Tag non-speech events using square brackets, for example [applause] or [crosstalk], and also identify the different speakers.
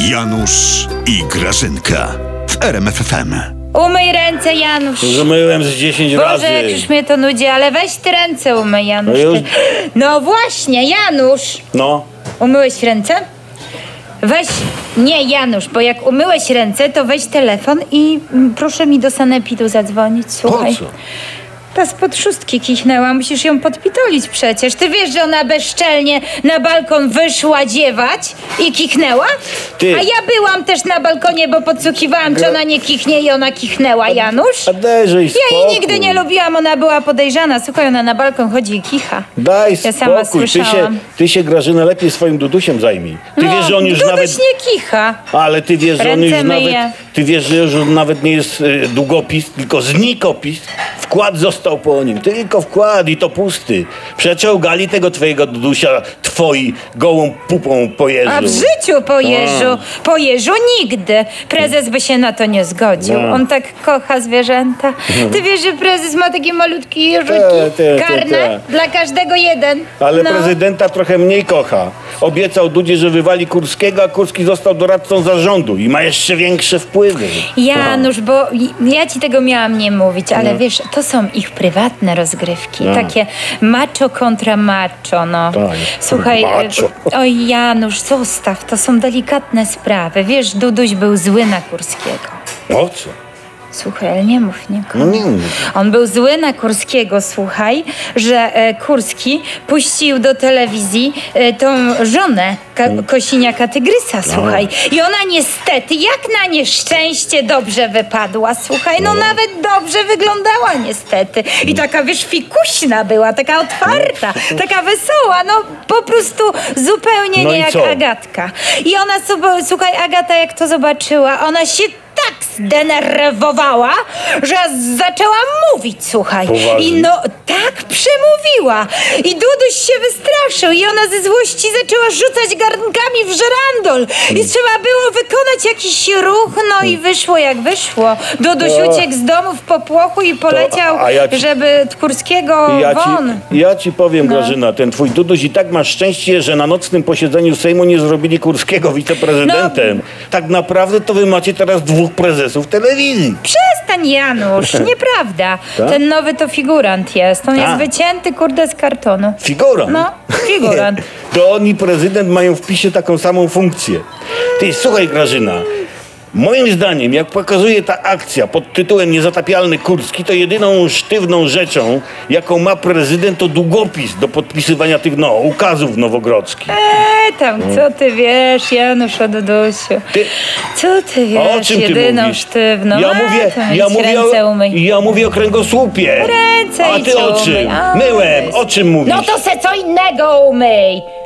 Speaker 1: Janusz i Grażynka w RMFFM.
Speaker 2: Umyj ręce, Janusz.
Speaker 3: Zmyłem z 10
Speaker 2: Boże, jak
Speaker 3: razy.
Speaker 2: już mnie to nudzi, ale weź te ręce umyj, Janusz.
Speaker 3: No już.
Speaker 2: No właśnie, Janusz.
Speaker 3: No,
Speaker 2: Umyłeś ręce? Weź, nie Janusz, bo jak umyłeś ręce, to weź telefon i mm, proszę mi do sanepidu zadzwonić, słuchaj.
Speaker 3: co?
Speaker 2: Ta spod szóstki kichnęła, musisz ją podpitolić przecież. Ty wiesz, że ona bezczelnie na balkon wyszła dziewać i kichnęła?
Speaker 3: Ty.
Speaker 2: A ja byłam też na balkonie, bo podsłuchiwałam, czy ona nie kichnie i ona kichnęła, Janusz.
Speaker 3: a dajże i
Speaker 2: Ja
Speaker 3: spokój.
Speaker 2: jej nigdy nie lubiłam, ona była podejrzana. Słuchaj, ona na balkon chodzi i kicha.
Speaker 3: Daj
Speaker 2: Ja
Speaker 3: spokój.
Speaker 2: sama
Speaker 3: ty, się,
Speaker 2: słyszałam.
Speaker 3: ty się, Grażyna, lepiej swoim Dudusiem zajmij. Ty
Speaker 2: no,
Speaker 3: wiesz, że on już
Speaker 2: Duduś
Speaker 3: nawet...
Speaker 2: nie kicha.
Speaker 3: Ale ty wiesz, że on
Speaker 2: Ręce
Speaker 3: już nawet...
Speaker 2: myje.
Speaker 3: Ty wiesz, że już nawet nie jest y, długopis, tylko znikopis. Wkład został po nim. Tylko wkład i to pusty. Przeciągali tego twojego Dudusia twoi gołą pupą po jeżu.
Speaker 2: A w życiu po
Speaker 3: Tak.
Speaker 2: jeżu, po jeżu nigdy. Prezes by się na to nie zgodził.
Speaker 3: No.
Speaker 2: On tak kocha zwierzęta. Ty wiesz, że prezes ma takie malutkie jeżuki,
Speaker 3: Te, E, te, te,
Speaker 2: karne,
Speaker 3: te.
Speaker 2: dla każdego jeden.
Speaker 3: Ale
Speaker 2: No.
Speaker 3: prezydenta trochę mniej kocha. Obiecał Dudzie, że wywali Kurskiego, a Kurski został doradcą zarządu i ma jeszcze większe wpływy.
Speaker 2: Janusz, bo ja ci tego miałam nie mówić, ale wiesz, to są ich prywatne rozgrywki.
Speaker 3: No.
Speaker 2: Takie macho kontra macho, no.
Speaker 3: Tak.
Speaker 2: Słuchaj,
Speaker 3: Macho.
Speaker 2: e, oj Janusz, zostaw, to są delikatne sprawy. Wiesz, Duduś był zły na Kurskiego.
Speaker 3: O co?
Speaker 2: Słuchaj, ale nie mów nikomu.
Speaker 3: No nie mów.
Speaker 2: On był zły na Kurskiego, słuchaj, że e, Kurski puścił do telewizji e, tą żonę ka-
Speaker 3: Mm.
Speaker 2: Kosiniaka
Speaker 3: Tak.
Speaker 2: Tygrysa, słuchaj. I ona niestety, jak na nieszczęście, dobrze wypadła, słuchaj. No nawet dobrze wyglądała niestety. I
Speaker 3: Mm.
Speaker 2: taka, wiesz, fikuśna była, taka otwarta, taka wesoła, no po prostu zupełnie
Speaker 3: No
Speaker 2: nie
Speaker 3: i
Speaker 2: jak
Speaker 3: co?
Speaker 2: Agatka. I ona, sobie- słuchaj, Agata jak to zobaczyła, ona się tak zdenerwowała, że zaczęła mówić, słuchaj.
Speaker 3: Poważnie?
Speaker 2: I no tak przemówiła. I Duduś się wystraszył i ona ze złości zaczęła rzucać garnkami w żerandol. I
Speaker 3: Hmm.
Speaker 2: trzeba było wykonać jakiś ruch, no i wyszło jak wyszło. Duduś
Speaker 3: To-
Speaker 2: uciekł z domu w popłochu i poleciał,
Speaker 3: a- a ja ci-
Speaker 2: żeby Tkurskiego
Speaker 3: Ja ci,
Speaker 2: won. No.
Speaker 3: ja ci powiem, Grażyna, ten twój Duduś i tak ma szczęście, że na nocnym posiedzeniu Sejmu nie zrobili Kurskiego
Speaker 2: No.
Speaker 3: wiceprezydentem. Tak naprawdę to wy macie teraz dwóch prezesów telewizji.
Speaker 2: Przestań,
Speaker 3: [laughs]
Speaker 2: Janusz, nieprawda.
Speaker 3: Tak?
Speaker 2: Ten nowy to figurant jest. On
Speaker 3: A.
Speaker 2: jest wycięty, kurde, z kartonu.
Speaker 3: Figurant.
Speaker 2: No,
Speaker 3: [laughs]
Speaker 2: figurant.
Speaker 3: to on i prezydent mają w PiSie taką samą funkcję. Ty, słuchaj Grażyna, moim zdaniem, jak pokazuje ta akcja pod tytułem Niezatapialny Kurski, to jedyną sztywną rzeczą, jaką ma prezydent, to długopis do podpisywania tych, no, ukazów nowogrodzkich.
Speaker 2: E, tam,
Speaker 3: No.
Speaker 2: co ty wiesz, Janusz o Dudusiu?
Speaker 3: Ty-
Speaker 2: Co ty
Speaker 3: A
Speaker 2: wiesz,
Speaker 3: o czym ty
Speaker 2: jedyną
Speaker 3: mówisz?
Speaker 2: sztywną?
Speaker 3: Ja
Speaker 2: A,
Speaker 3: mówię,
Speaker 2: tam,
Speaker 3: ja
Speaker 2: idź
Speaker 3: mówię,
Speaker 2: ręce
Speaker 3: o,
Speaker 2: umyj.
Speaker 3: ja mówię o kręgosłupie.
Speaker 2: Ręce
Speaker 3: A
Speaker 2: idź
Speaker 3: ty o
Speaker 2: umyj.
Speaker 3: czym?
Speaker 2: A,
Speaker 3: Myłem,
Speaker 2: weź.
Speaker 3: o czym mówisz?
Speaker 2: No to se co innego umyj!